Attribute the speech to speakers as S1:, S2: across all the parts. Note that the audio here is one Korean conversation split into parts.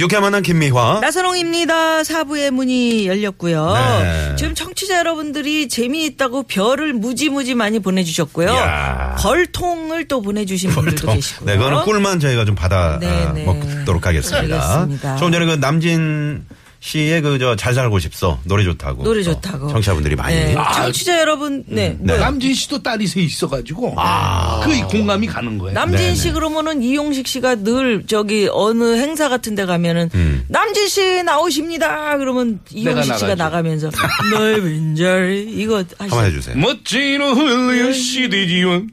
S1: 유쾌한 만남 김미화.
S2: 네, 나선홍입니다. 사부의 문이 열렸고요.
S1: 네.
S2: 지금 청취자 여러분들이 재미있다고 별을 무지무지 많이 보내주셨고요.
S1: 이야.
S2: 벌통을 또 보내주신 분들도
S1: 또,
S2: 계시고요.
S1: 네, 그거는 꿀만 저희가 좀 받아
S2: 네,
S1: 아,
S2: 네.
S1: 먹도록 하겠습니다.
S2: 알겠습니다.
S1: 조금 전에 그 남진 씨의 그 저 잘 살고 싶소 노래 좋다고
S2: 노래
S1: 또
S2: 좋다고.
S1: 청취자분들이 많이
S2: 네, 청취자 여러분, 네.
S1: 네.
S3: 남진 씨도 딸이 세 있어가지고 그 공감이 가는 거예요.
S2: 남진 씨 그러면은
S1: 네,
S2: 이용식 씨가 늘 저기 어느 행사 같은 데 가면은
S1: 음.
S2: 남진 씨 나오십니다. 그러면 이용식 씨가
S3: 나가죠.
S2: 나가면서 널 왠절 이거
S1: 한번
S2: 하시죠.
S1: 해주세요.
S3: 뭐, 멋진 흘려 시디지원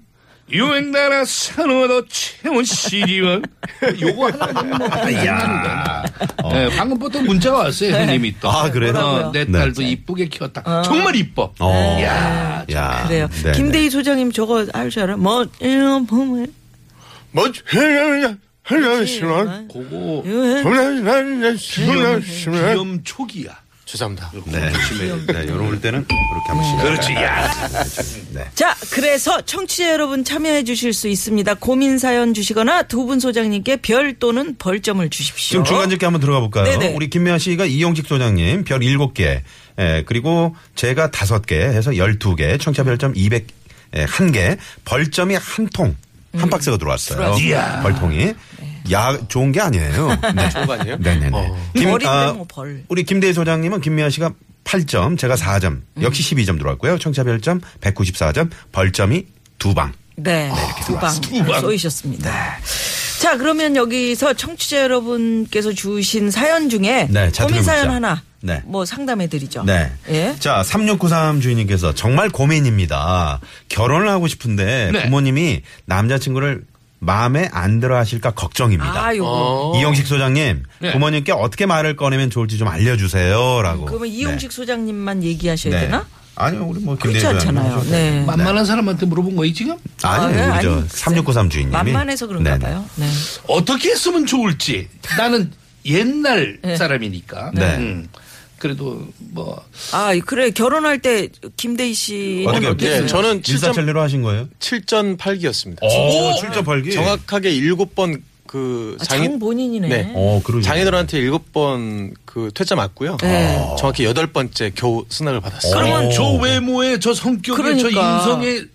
S3: 유엔나라 산호도 채운 시디원 요거 하나만
S2: 아,
S3: 야 네, 방금부터 문자가 왔어요 형님이 또.
S1: 아, 그래요?
S3: 어, 내
S1: 네.
S3: 딸도 이쁘게 키웠다. 정말 이뻐.
S1: 어.
S3: 야,
S1: 야.
S2: 네. 그래요.
S1: 네,
S2: 김대희 소장님 저거 알줄 알아? 뭐 이런 봄을
S4: 멋지
S3: 그거 기염 초기야.
S4: 죄송합니다.
S1: 네. 네. 네, 요럴 때는 이렇게
S2: 네.
S1: 한번씩.
S3: 그렇지. 야.
S2: 자, 그래서 청취자 여러분 참여해 주실 수 있습니다. 고민 사연 주시거나 두 분 소장님께 별 또는 벌점을 주십시오.
S1: 지금 중간 집게 한번 들어가 볼까요?
S2: 네네.
S1: 우리 김미아 씨가 이용식 소장님 별 7개, 예, 그리고 제가 5개 해서 12개, 청차 별점 200, 예, 1개, 벌점이 한 통, 한 박스가 음. 들어왔어요. 네.
S3: 이야.
S1: 벌통이. 야, 좋은 게 아니에요. 네. 좋은 거 아니에요? 네네네. 아,
S2: 벌인데 뭐 벌.
S1: 우리 김대희 소장님은 김미아 씨가 8점, 제가 4점, 역시 12점 들어왔고요. 청차 별점 194점, 벌점이 두 방.
S2: 네,
S1: 아,
S2: 두방 쏘이셨습니다. 자, 그러면 여기서 청취자 여러분께서 주신 사연 중에
S1: 네, 자,
S2: 고민 사연
S1: 들어보자.
S2: 하나
S1: 네.
S2: 뭐 상담해 드리죠.
S1: 네.
S2: 예.
S1: 자, 3693 주인님께서 정말 고민입니다. 결혼을 하고 싶은데
S3: 네.
S1: 부모님이 남자친구를 마음에 안 들어 하실까 걱정입니다.
S2: 아, 요거.
S3: 어.
S1: 이용식 소장님,
S3: 네.
S1: 부모님께 어떻게 말을 꺼내면 좋을지 좀 알려주세요. 라고.
S2: 그러면
S1: 네.
S2: 이용식 소장님만 얘기하셔야
S1: 네.
S2: 되나?
S1: 아니요, 우리 뭐 김대희
S2: 그렇지
S1: 소장님.
S2: 않잖아요. 네.
S3: 만만한 사람한테 물어본 거예요 지금?
S1: 아니요,
S2: 아,
S1: 우리
S2: 네,
S1: 저
S2: 아니,
S1: 3693 주인님이.
S2: 만만해서 그런가
S1: 네네.
S2: 봐요. 네.
S3: 어떻게 했으면 좋을지 나는 옛날 사람이니까.
S1: 네.
S3: 음. 그래도 뭐
S2: 아, 그래. 결혼할 때 김대희 씨
S1: 어떻게,
S4: 예,
S2: 네,
S1: 어떻게
S4: 저는
S1: 일사천리로 하신 거예요?
S4: 7전 8기였습니다.
S2: 어,
S1: 오, 출처 벌기.
S4: 정확하게 7번 그
S2: 아,
S4: 장애
S2: 장 본인이네.
S4: 네.
S1: 어, 그러죠.
S4: 장애들한테 7번 그 퇴짜 맞고요.
S2: 네.
S4: 정확히 8번째 겨우 승낙을 받았어요.
S3: 그러면 저 외모에 저 성격에 저
S2: 그러니까. 네,
S3: 인성에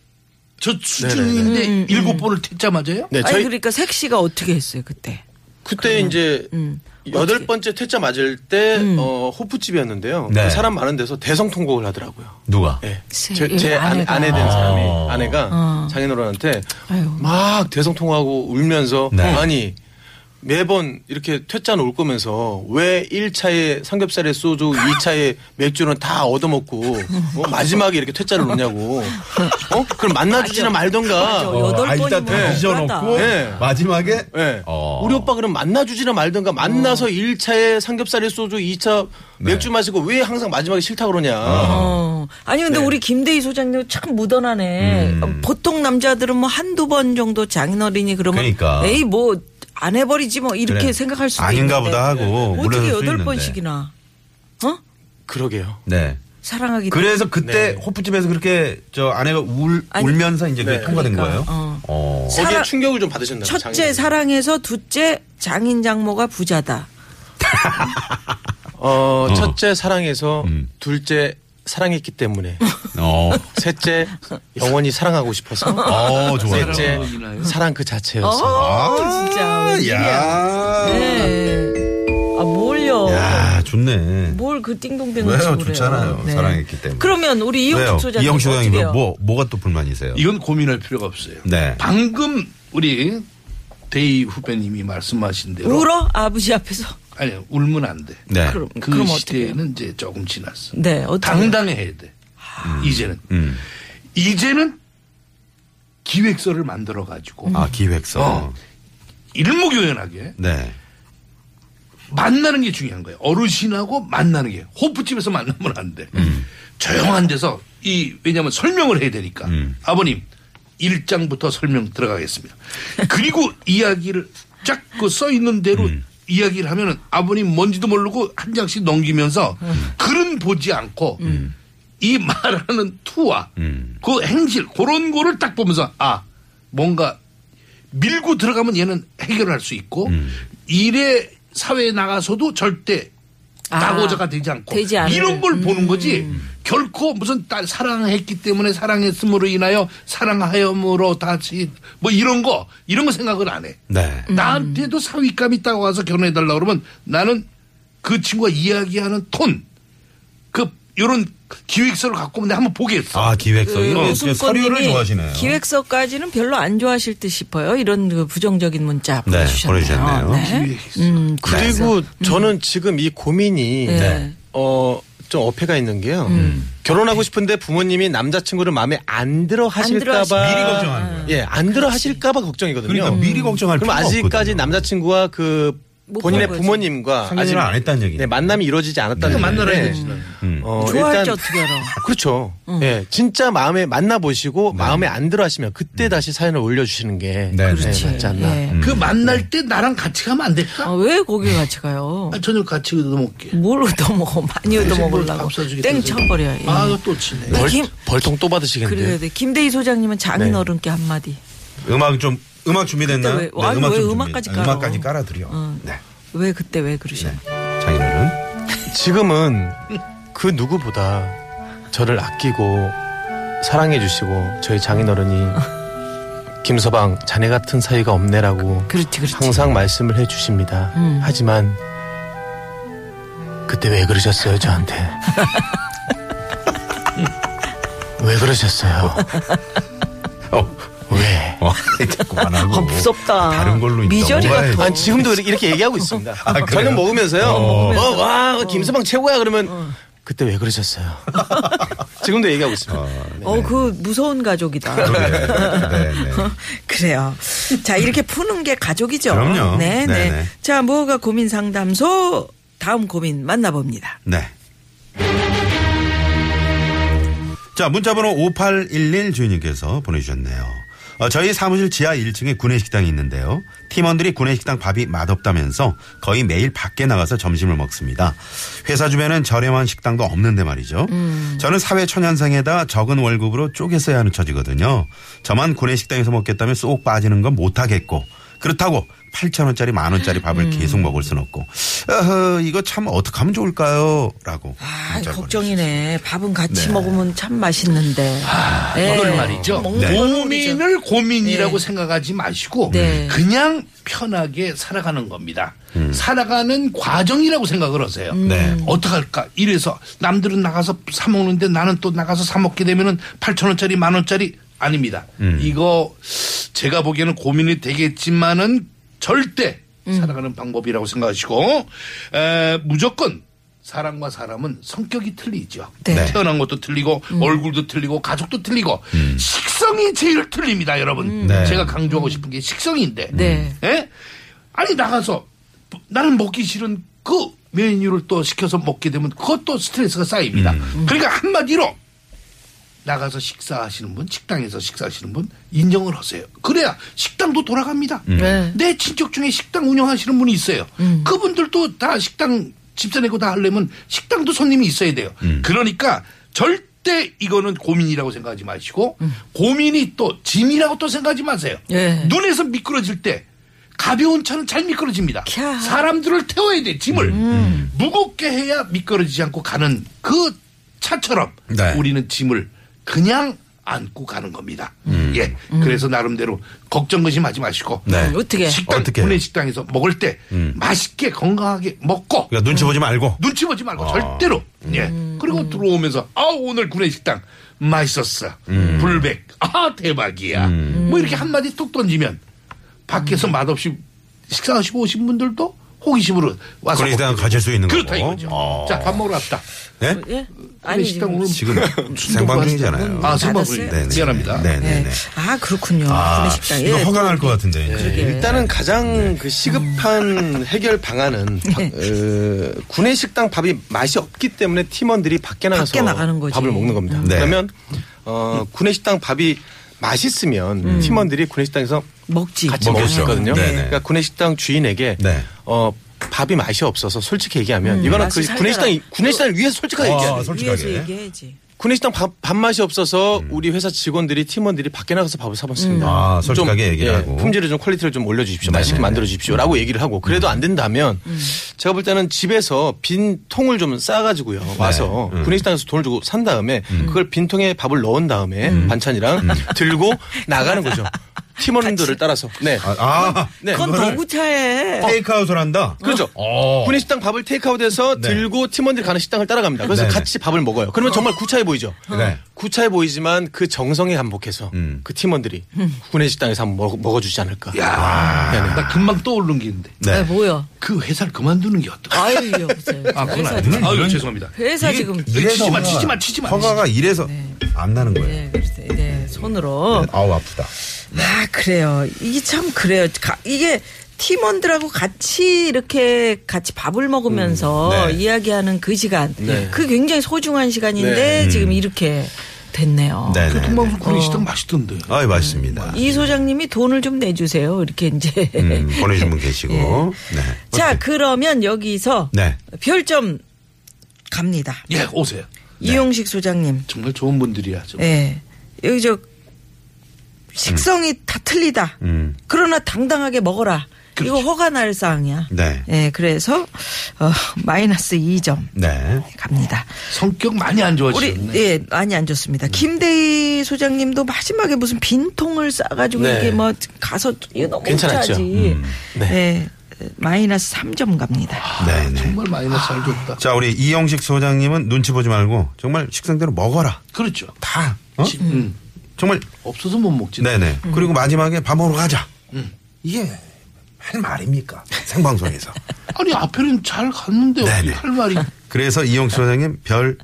S3: 저 수준인데
S2: 음,
S3: 일곱 번을 퇴짜 맞아요?
S4: 네,
S2: 아니
S4: 저희
S2: 그러니까 색시가 어떻게 했어요 그때? 음.
S4: 그때 이제 여덟
S2: 어떻게? 음.
S4: 번째 퇴짜 맞을 때 어, 호프집이었는데요.
S1: 네.
S4: 그 사람 많은 데서 대성 통곡을 하더라고요.
S1: 누가?
S4: 예.
S2: 세-
S4: 제, 제 아내,
S2: 아내가.
S4: 아내 된 사람이 아내가
S2: 어.
S4: 장인어른한테
S2: 아유.
S4: 막 대성 통하고 울면서
S1: 네.
S4: 아니 매번 이렇게 퇴짜는 올 거면서 왜 1차에 삼겹살에 소주, 2차에 맥주는 다 얻어먹고 어, 마지막에 이렇게 퇴짜를 놓냐고. 어? 그럼 만나주지나 말던가.
S2: 맞아. 어, 여덟
S1: 아, 일단
S2: 번이면
S1: 다 뒤져놓고
S4: 네.
S1: 마지막에
S4: 예.
S1: 어.
S4: 우리 오빠 그럼 만나주지나 말던가 만나서 일 1차에 삼겹살에 소주, 2차 맥주 마시고 왜 항상 마지막에 싫다 그러냐.
S2: 어. 아니
S1: 네.
S2: 근데 우리 김대희 소장님 참 무던하네.
S1: 음.
S2: 보통 남자들은 뭐 한두 번 정도 장인어른이 그러면
S1: 그러니까.
S2: 에이 뭐 안 해버리지 뭐 이렇게
S1: 그래.
S2: 생각할 수도
S1: 아닌가
S2: 있는데.
S1: 보다 하고 물러설
S2: 어떻게
S1: 수
S2: 여덟
S1: 있는데.
S2: 번씩이나 어
S4: 그러게요.
S1: 네.
S2: 사랑하기
S1: 그래서 그때
S4: 네.
S1: 호프집에서 그렇게 저 아내가 울
S2: 아니,
S1: 울면서 이제 그게
S4: 네.
S1: 통과된 거예요.
S2: 그러니까, 어.
S1: 어.
S4: 거기에
S2: 사랑-
S4: 충격을 좀 받으셨나요?
S2: 첫째
S4: 장인어른?
S2: 사랑해서 둘째 장인 장모가 부자다.
S4: 어, 첫째 사랑해서
S1: 음.
S4: 둘째 사랑했기 때문에
S1: 어.
S4: 셋째 영원히 사랑하고 싶어서
S1: 어, 좋아요.
S4: 셋째 사랑 그 자체였어.
S1: 아,
S2: 진짜 웬일이야.
S1: 야.
S2: 네. 아 뭘요?
S1: 야, 좋네.
S2: 뭘 그 띵동댕을
S1: 왜요?
S2: 치고
S1: 좋잖아요.
S2: 그래요. 네.
S1: 사랑했기 때문에.
S2: 그러면 우리 이용식 소장님
S1: 이영 소장님
S2: 어떻게 해요?
S1: 뭐 뭐가 또 불만이세요?
S3: 이건 고민할 필요가 없어요.
S1: 네.
S3: 방금 우리 데이 후배님이 말씀하신 대로
S2: 울어 아버지 앞에서
S3: 아니 울면 안 돼.
S1: 네.
S2: 그럼
S3: 그
S2: 그럼 어떻게? 해요?
S3: 시대에는 이제 조금 지났어.
S2: 네 어떻게?
S3: 당당해야 돼. 이제는
S1: 음.
S3: 이제는 기획서를 만들어 가지고
S1: 아, 기획서.
S3: 어. 일목요연하게
S1: 네.
S3: 만나는 게 중요한 거예요. 어르신하고 만나는 게 호프집에서 만나면 안 돼. 조용한 데서 이 왜냐하면 설명을 해야 되니까 아버님 일장부터 설명 들어가겠습니다. 그리고 이야기를 쫙그써 있는 대로 이야기를 하면은 아버님 뭔지도 모르고 한 장씩 넘기면서 글은 보지 않고 이 말하는 투와 그 행실 그런 거를 딱 보면서 아 뭔가 밀고 들어가면 얘는 해결할 수 있고
S1: 음.
S3: 일에 사회에 나가서도 절대
S2: 아,
S3: 낙오자가 되지 않고
S2: 되지 음. 않을.
S3: 이런 걸 보는 거지
S1: 음.
S3: 결코 무슨 딸 사랑했기 때문에 사랑했음으로 인하여 사랑하여으로 다시 뭐 이런 거 이런 거 생각을 안 해.
S1: 네.
S2: 음.
S3: 나한테도 사위감 있다고 와서 결혼해 달라 그러면 나는 그 친구가 이야기하는 톤, 그 요런 기획서를 갖고 오면 내가 한번 보겠어.
S1: 아, 기획서.
S2: 그
S1: 이거 이제
S2: 오승권님이
S1: 서류를 좋아하시네요.
S2: 기획서까지는 별로 안 좋아하실 듯 싶어요. 이런 그 부정적인 문자
S1: 네,
S2: 보내주셨네요.
S1: 보내주셨네요.
S3: 기획서.
S1: 아,
S2: 음,
S4: 그리고 네. 저는 지금 이 고민이
S2: 네. 음.
S4: 어. 좀 어폐가 있는 게요. 결혼하고 싶은데 부모님이 남자친구를 마음에 안
S2: 들어
S4: 들어
S2: 하시-
S4: 하실까봐
S1: 미리 걱정하는 거예요.
S4: 예, 안 들어 하실까봐 걱정이거든요.
S1: 그러니까 미리 걱정할
S4: 그럼
S1: 필요가
S4: 아직까지
S1: 없거든요.
S4: 남자친구와 그
S2: 음. 못
S4: 본인의
S2: 본 거지.
S4: 부모님과
S1: 상견례를 안 했다는 얘기니까.
S4: 네, 만남이 이루어지지 않았다는
S3: 그러니까 만나라
S4: 얘기인데,
S3: 해야지. 나는.
S4: 어,
S2: 좋아할 줄
S4: 일단
S2: 어떻게 알아?
S4: 그렇죠.
S2: 음.
S4: 예, 진짜 마음에 만나 보시고 마음에 안 들어 하시면 그때 다시 사연을 올려 주시는 게
S1: 네,
S4: 예,
S1: 그렇지.
S4: 맞지 않나.
S1: 음.
S2: 예.
S3: 그
S1: 네.
S3: 만날 때 나랑 같이 가면 안 될까?
S2: 아, 왜 거기 같이 가요?
S3: 아, 저녁 같이 얻어먹게.
S2: 뭘 얻어먹어? 많이
S3: 그
S2: 얻어먹으려고.
S3: 뭐 밥 사주겠다.
S2: 땡 쳐버려. 예.
S3: 아, 이거 또 치네.
S2: 네.
S4: 벌,
S2: 김-
S4: 벌통 또
S2: 그래야
S4: 받으시겠는데.
S2: 돼. 김대희 소장님은 장인 어른께 한마디.
S1: 음악 좀 음악 준비됐나요?
S2: 그때 왜- 아니, 왜
S1: 좀 준비-
S2: 음악까지 어.
S1: 아,
S2: 깔아?
S1: 음악까지 깔아드려.
S2: 응.
S1: 네.
S2: 왜 그때 왜 그러셔?
S1: 네. 장인어른.
S4: 지금은 그 누구보다 저를 아끼고 사랑해 주시고 저희 장인어른이 김서방 자네 같은 사이가 없네라고
S2: 그렇지, 음. 그렇지.
S4: 항상 말씀을 해 주십니다. 하지만 그때 왜 그러셨어요 저한테? 왜 그러셨어요?
S1: 어.
S4: 왜?
S1: 어, 자꾸 안 하고.
S2: 아, 무섭다.
S1: 다른 네. 걸로 이제
S2: 미저리
S1: 넘어가야지.
S2: 같아.
S4: 아니 지금도 이렇게 얘기하고 있습니다.
S1: 그래요?
S4: 저녁 먹으면서요.
S1: 어.
S4: 어, 와 김서방 최고야 그러면 그때 왜 그러셨어요? 지금도 얘기하고 있습니다.
S2: 어, 그 무서운 가족이다.
S1: 그러게. 네, 네.
S2: 그래요. 자, 이렇게 푸는 게 가족이죠.
S1: 그럼요.
S2: 네, 네.
S1: 네네.
S2: 자, 뭐가 고민 상담소 다음 고민 만나봅니다.
S1: 네. 자, 문자번호 5811 주인님께서 보내주셨네요. 어, 저희 사무실 지하 1층에 구내식당이 있는데요. 팀원들이 구내식당 밥이 맛없다면서 거의 매일 밖에 나가서 점심을 먹습니다. 회사 주변엔 저렴한 식당도 없는데 말이죠.
S2: 음.
S1: 저는 사회초년생에다 적은 월급으로 쪼개 써야 하는 처지거든요. 저만 구내식당에서 먹겠다면 쏙 빠지는 건 못하겠고 그렇다고 8,000원짜리 만원짜리 밥을
S2: 음.
S1: 계속 먹을 순 없고 어허, 이거 참 어떻게 하면 좋을까요? 라고
S2: 아,
S1: 문자를
S2: 걱정이네. 밥은 같이 먹으면 참 맛있는데.
S1: 아,
S2: 네.
S3: 이걸 말이죠.
S2: 먹는 거는 이제
S3: 고민을 고민이라고 생각하지 마시고
S2: 네.
S3: 그냥 편하게 살아가는 겁니다. 살아가는 과정이라고 생각을 하세요.
S1: 네.
S3: 어떡할까? 이래서 남들은 나가서 사 먹는데 나는 또 나가서 사 먹게 되면은 8천 원짜리 만 원짜리 아닙니다. 이거 제가 보기에는 고민이 되겠지만은 절대 살아가는 방법이라고 생각하시고 에, 무조건 사람과 사람은 성격이 틀리죠.
S2: 네.
S3: 태어난 것도 틀리고 얼굴도 틀리고 가족도 틀리고 식성이 제일 틀립니다, 여러분.
S1: 네.
S3: 음. 제가 강조하고 싶은 게 식성인데.
S2: 네.
S3: 예? 아니 나가서 뭐, 나는 먹기 싫은 그 메뉴를 또 시켜서 먹게 되면 그것도 스트레스가 쌓입니다. 그러니까 한마디로 나가서 식사하시는 분, 식당에서 식사하시는 분 인정을 하세요. 그래야 식당도 돌아갑니다.
S2: 네. 음.
S3: 내 친척 중에 식당 운영하시는 분이 있어요. 그분들도 다 식당 집사 내고 다 하려면 식당도 손님이 있어야 돼요. 그러니까 절대 이거는 고민이라고 생각하지 마시고 고민이 또 짐이라고 또 생각하지 마세요.
S2: 음. 예.
S3: 눈에서 미끄러질 때 가벼운 차는 잘 미끄러집니다.
S2: 캬.
S3: 사람들을 태워야 돼 짐을 무겁게 해야 미끄러지지 않고 가는 그 차처럼
S1: 네.
S3: 우리는 짐을 그냥 안고 가는 겁니다. 예, 그래서 나름대로 걱정 근심하지 마시고
S1: 음. 네.
S2: 어떻게?
S3: 식당
S1: 어떻게 해요? 음.
S3: 분해 식당에서 먹을 때 맛있게 건강하게 먹고
S1: 그러니까 아. 음. 눈치 보지 말고.
S3: 눈치 보지 말고 절대로 예 그리고 들어오면서 아 오늘 구내 식당 맛있었어
S1: 음.
S3: 불백 아 대박이야 뭐 이렇게 한마디 툭 던지면 밖에서 맛없이 식사하시고 오신 분들도 호기심으로 와서
S1: 그러니까
S3: 먹게
S1: 가질 수 있는
S3: 그렇다
S1: 거고.
S3: 이거죠
S1: 어.
S3: 자 밥 먹으러 왔다
S1: 네?
S2: 예?
S3: 아니
S2: 아니,
S3: 식당 오늘
S1: 지금 생방 중이잖아요.
S3: 아
S2: 닫았어요?
S3: 생방 중이
S1: 네네.
S3: 미안합니다.
S1: 네네네.
S2: 아 예, 그렇군요.
S1: 아,
S2: 구내식당.
S1: 이거 허가날 것 같은데. 이제.
S4: 일단은 가장 그 시급한 해결 방안은 바- 어, 구내식당 밥이 맛이 없기 때문에 팀원들이 밖에 나가서
S2: 밖에 나가는 거지.
S4: 밥을 먹는 겁니다.
S1: 네.
S4: 그러면 어, 구내식당 밥이 맛있으면 팀원들이 구내식당에서
S2: 먹지.
S4: 같이
S1: 먹-
S4: 먹을
S1: 먹겠죠.
S4: 수 있거든요.
S1: 네네.
S4: 그러니까 구내식당 주인에게
S1: 네.
S4: 어, 밥이 맛이 없어서 솔직히 얘기하면 이거는
S2: 음,
S4: 그
S2: 맛이 살잖아.
S4: 구내식당 구내식당을 위해서 솔직하게
S1: 아,
S4: 얘기해야 돼.
S2: 위에서
S1: 솔직하게. 네,
S2: 얘기해야지.
S4: 구내식당 밥, 밥맛이 없어서 우리 회사 직원들이 팀원들이 밖에 나가서 밥을
S2: 음.
S4: 사봤습니다.
S1: 음. 아, 솔직하게
S4: 좀, 예,
S1: 얘기를 하고.
S4: 품질을 좀 퀄리티를 좀 올려주십시오. 맛있게
S1: 네네네. 음.
S4: 만들어 주십시오라고 얘기를 하고 그래도 안 된다면
S2: 음.
S4: 제가 볼 때는 집에서 빈 통을 좀 싸가지고요 와서
S1: 음.
S4: 구내식당에서 돈을 주고 산 다음에 그걸 빈 통에 밥을 넣은 다음에 반찬이랑 들고 나가는 거죠. 팀원들을 따라서 네.
S1: 아, 아
S4: 네.
S2: 그건
S1: 그거를-
S2: 너무 차해.
S1: 테이크아웃을 한다.
S4: 그렇죠.
S1: 어.
S4: 구내식당 밥을 테이크아웃해서
S1: 네.
S4: 들고 팀원들이 가는 식당을 따라갑니다. 그래서
S1: 네네.
S4: 같이 밥을 먹어요. 그러면 정말 구차해 보이죠.
S1: 네.
S4: 구차해 보이지만 그 정성에 한복해서
S1: 음. 예.
S4: 그 팀원들이 구내식당에서 한번 먹, 어주지 않을까.
S3: 야, 나 네, 금방 떠오른 게 있는데
S1: 네.
S2: 아, 뭐요?
S3: 그 회사를 그만두는 게 어떨까?
S2: 아유 여보세요.
S3: 아, 그건
S2: 회사,
S3: 아니구나. 아유,
S1: 이런-
S3: 죄송합니다. 예,
S2: 회사
S1: 이게
S2: 지금.
S1: 이래서
S3: 치지 마,
S1: 허가가-
S3: 치지 마, 치지 마.
S1: 허가가 이래서 안 나는 거예요.
S2: 뭐, 네, 그러세요. 네, 손으로.
S1: 아우 아프다.
S2: 아 그래요. 이게 참 그래요. 가- 이게 팀원들하고 같이 이렇게 같이 밥을 먹으면서
S1: 네.
S2: 이야기하는 그 시간, 그 굉장히 소중한 시간인데 지금 이렇게 됐네요.
S1: 음. 네, 네. 네. 어.
S3: 통방울 구내식당 맛있던데.
S1: 아이 맛있습니다.
S2: 뭐, 이 소장님이 돈을 좀 내주세요. 이렇게 이제.
S1: 음, 보내주신 분 계시고. 네.
S2: 예. 자
S1: 어떻게-
S2: 그러면 여기서
S1: 네.
S2: 별점 갑니다.
S3: 예, 오세요.
S1: 네.
S2: 이용식 소장님.
S3: 정말 좋은 분들이야.
S2: 예.
S3: 정말.
S2: 여기 저 식성이 다 틀리다.
S1: 음.
S2: 그러나 당당하게 먹어라. 이거 허가 날 사항이야.
S1: 네.
S2: 예, 그래서 어, 마이너스 2점
S1: 네.
S2: 갑니다.
S3: 성격 많이 안
S2: 우리
S3: 좋아지셨네.
S2: 예 많이 안 좋습니다. 김대희 소장님도 마지막에 무슨 빈통을 싸가지고
S4: 네.
S2: 이게 뭐 가서 이거 너무
S4: 괜찮았죠.
S2: 짜지. 예, 마이너스 3점 갑니다.
S1: 네. 네.
S3: 아, 정말 마이너스 안 좋다.
S1: 자 우리 이영식 소장님은 눈치 보지 말고 정말 식상대로 먹어라.
S3: 그렇죠.
S1: 다. 어?
S3: 지- 음.
S1: 정말.
S3: 없어서 못 먹지.
S1: 네네. 그리고 마지막에 밥 먹으러 가자. 이게 할 말입니까? 생방송에서.
S3: 아니 앞에는 잘 갔는데 어떻게
S1: 네네.
S3: 할 말이
S1: 그래서 이영식 소장님 별,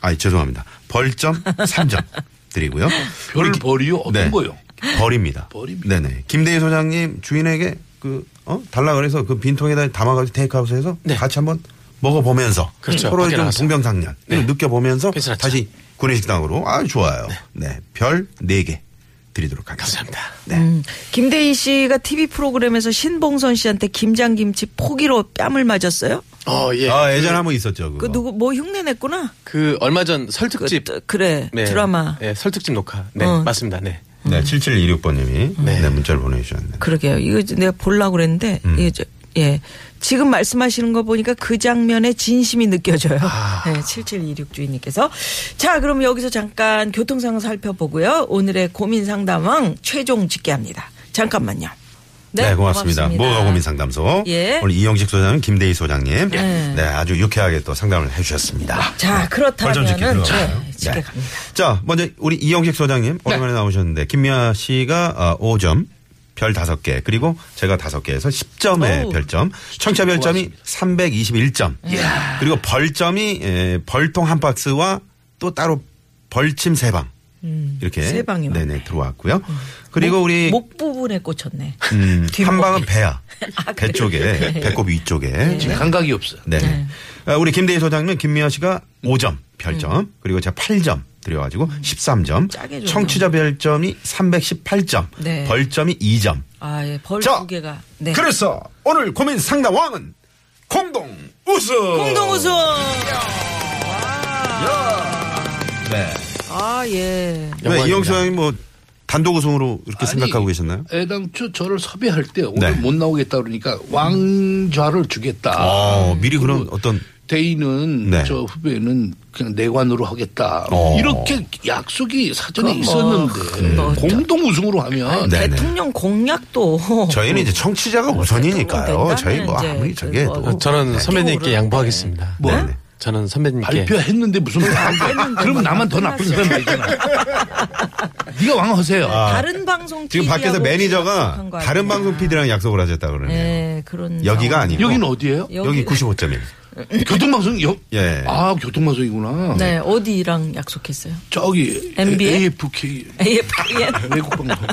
S1: 아 죄송합니다. 벌점 3점 드리고요.
S3: 별 벌이요? 어떤
S1: 네.
S3: 거요?
S1: 벌입니다.
S3: 어, 벌입니다.
S1: 네네. 김대희 소장님 주인에게 그, 어? 달라 그래서 그 빈통에다 담아가지고 테이크아웃해서
S4: 네.
S1: 같이 한번 먹어보면서
S4: 그렇죠.
S1: 서로의
S4: 밖에
S1: 좀
S4: 나가서.
S1: 동병상련 을 느껴보면서
S4: 괜찮았죠.
S1: 다시 군의식당으로 아 좋아요. 네. 별 4개 드리도록 하겠습니다.
S4: 감사합니다.
S1: 네.
S2: 음, 김대희 씨가 TV 프로그램에서 신봉선 씨한테 김장김치 포기로 뺨을 맞았어요?
S4: 어, 예.
S1: 아, 예전에 한번 있었죠. 그거.
S2: 그 누구 뭐 흉내 냈구나.
S4: 그 얼마 전
S2: 그,
S4: 설특집
S2: 또- 그래
S4: 네.
S2: 드라마.
S4: 네, 설특집 녹화. 네,
S2: 어.
S4: 맞습니다. 네.
S1: 네, 7726번님이 네. 문자를 보내주셨는데.
S2: 그러게요. 이거 이제 내가 보려고 그랬는데,
S1: 음.
S2: 이게 저- 예. 지금 말씀하시는 거 보니까 그 장면에 진심이 느껴져요.
S1: 아.
S2: 네, 7726 주인님께서. 자, 그럼 여기서 잠깐 교통 상황 살펴보고요. 오늘의 고민 상담왕 최종 집계합니다. 잠깐만요.
S1: 네, 고맙습니다. 뭐가 고민 상담소.
S2: 예.
S1: 오늘 이영식 소장님, 김대희 소장님.
S2: 예.
S1: 네, 아주 유쾌하게 또 상담을 해주셨습니다.
S2: 자,
S1: 벌점 네. 집계
S2: 그렇다면은
S1: 들어가요.
S2: 네, 집계
S1: 네.
S2: 갑니다. 네.
S1: 자, 먼저 우리 이영식 소장님 오랜만에 나오셨는데 김미아 씨가 어, 5점, 별 5개, 그리고 제가 5개에서 10점의
S2: 어우.
S1: 별점, 청차 별점이 321점. 그리고 벌점이 에, 벌통 한 박스와 또 따로 벌침 세 방. 이렇게
S2: 음, 세 방이
S1: 네네
S2: 왔네. 음.
S1: 들어왔고요. 그리고 우리
S2: 목 부분에 꽂혔네.
S1: 음, 한
S2: 뒷목에.
S1: 방은 배야.
S2: 아,
S1: 배
S2: 그래요?
S1: 쪽에, 배꼽 위쪽에. 네.
S3: 지금 감각이 없어.
S1: 네. 아, 우리 김대희 소장님, 김미아 씨가 5점, 별점, 그리고 제가 8점 드려가지고 13점.
S2: 음. 짜게 줬네요.
S1: 청취자 별점이 318점,
S2: 네.
S1: 벌점이 2점.
S2: 아, 예. 벌
S1: 자,
S2: 두 개가. 네.
S1: 그래서 오늘 고민 상담왕은 공동 우승!
S2: 공동 우승!
S1: 네.
S2: 아, 예.
S1: 왜 이영수 소장님 뭐 단독 우승으로 이렇게
S3: 아니,
S1: 생각하고 계셨나요?
S3: 애당초 저를 섭외할 때 오늘
S1: 네.
S3: 못 나오겠다 그러니까 왕좌를
S2: 아,
S3: 주겠다.
S1: 어, 미리 그런 어떤
S3: 대인은
S1: 네.
S3: 저 후배는 그냥 내관으로 하겠다.
S1: 어.
S3: 이렇게 약속이 사전에
S2: 그럼 뭐,
S3: 있었는데
S2: 뭐
S3: 공동 우승으로 하면
S1: 네. 네네.
S2: 어, 대통령 공약도
S1: 저희는 이제 청취자가 우선이니까요.
S2: 된다면
S1: 저희 뭐
S2: 이제
S1: 아무리 저기 해도.
S2: 뭐-
S4: 어, 저는
S2: 선배님께
S4: 선배님께 양보하겠습니다. 뭐?
S1: 네. 네네.
S4: 저는 선배님께
S3: 발표했는데 무슨
S2: 네.
S3: 말이야?
S2: 뭐
S3: 그럼 나만 더 나쁜 사람 되잖아. 네가 왕허세요.
S1: 아,
S2: 다른 방송
S1: 지금
S2: TV 하고
S1: 밖에서 매니저가
S2: 약속한 거
S1: 다른
S2: 아니냐.
S1: 방송 PD랑 약속을 하셨다 그러네요.
S2: 네, 그런
S1: 여기가
S2: 상황.
S1: 아니고
S3: 여기는 어디예요?
S1: 여기 95.1.
S3: 교통방송 역?
S1: 예.
S3: 아, 교통방송이구나.
S2: 네, 어디랑 약속했어요?
S3: 저기
S2: MBA?
S3: AFK
S2: AFN.
S3: 외국방송.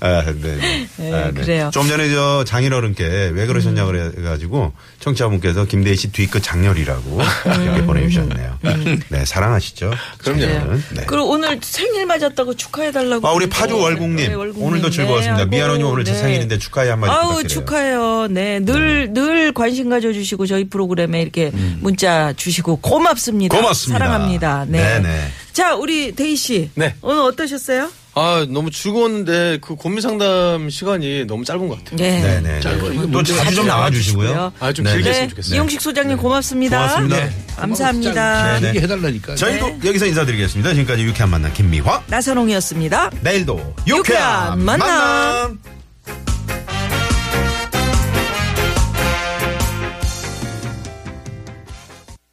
S1: 아, 네.
S2: 네, 그래요.
S1: 좀 전에 저 장인어른께 왜 그러셨냐 고 그래가지고 청취자분께서 김대희 씨 뒤끝 장렬이라고
S2: 음.
S1: 이렇게 보내주셨네요. 네, 사랑하시죠.
S4: 그럼요.
S1: 장인어른. 네.
S2: 그리고 오늘 생일 맞았다고 축하해달라고.
S1: 아, 우리
S2: 그러고.
S1: 파주 월국님.
S2: 네, 월국님.
S1: 오늘도
S2: 네,
S1: 즐거웠습니다.
S2: 아이고,
S1: 미아노님 오늘 제
S2: 네.
S1: 생일인데 축하의 한마디
S2: 아우
S1: 부탁드려요.
S2: 축하해요. 네, 늘 늘 관심 가져주시고 저희 프로그램에 이렇게 문자 주시고 고맙습니다.
S1: 음. 고맙습니다.
S2: 사랑합니다. 네.
S1: 네네.
S2: 자 우리 데이 씨.
S4: 네.
S2: 오늘 어떠셨어요?
S4: 아 너무 즐거웠는데 그 고민 상담 시간이 너무 짧은 것 같아요.
S2: 네.
S1: 네네.
S4: 뭐,
S3: 뭐
S1: 또 자주 좀
S2: 자주
S1: 나와주시고요.
S4: 아 좀
S1: 네.
S4: 길게
S2: 네,
S4: 했으면 좋겠어요.
S2: 이용식 소장님 고맙습니다.
S1: 고맙습니다. 네.
S2: 감사합니다.
S1: 네, 네.
S3: 이게 해달라니까.
S1: 저희도 여기서 인사드리겠습니다. 지금까지 유쾌한 만남 김미화.
S2: 나선홍이었습니다.
S1: 내일도
S2: 유쾌한 만남.
S1: 만남.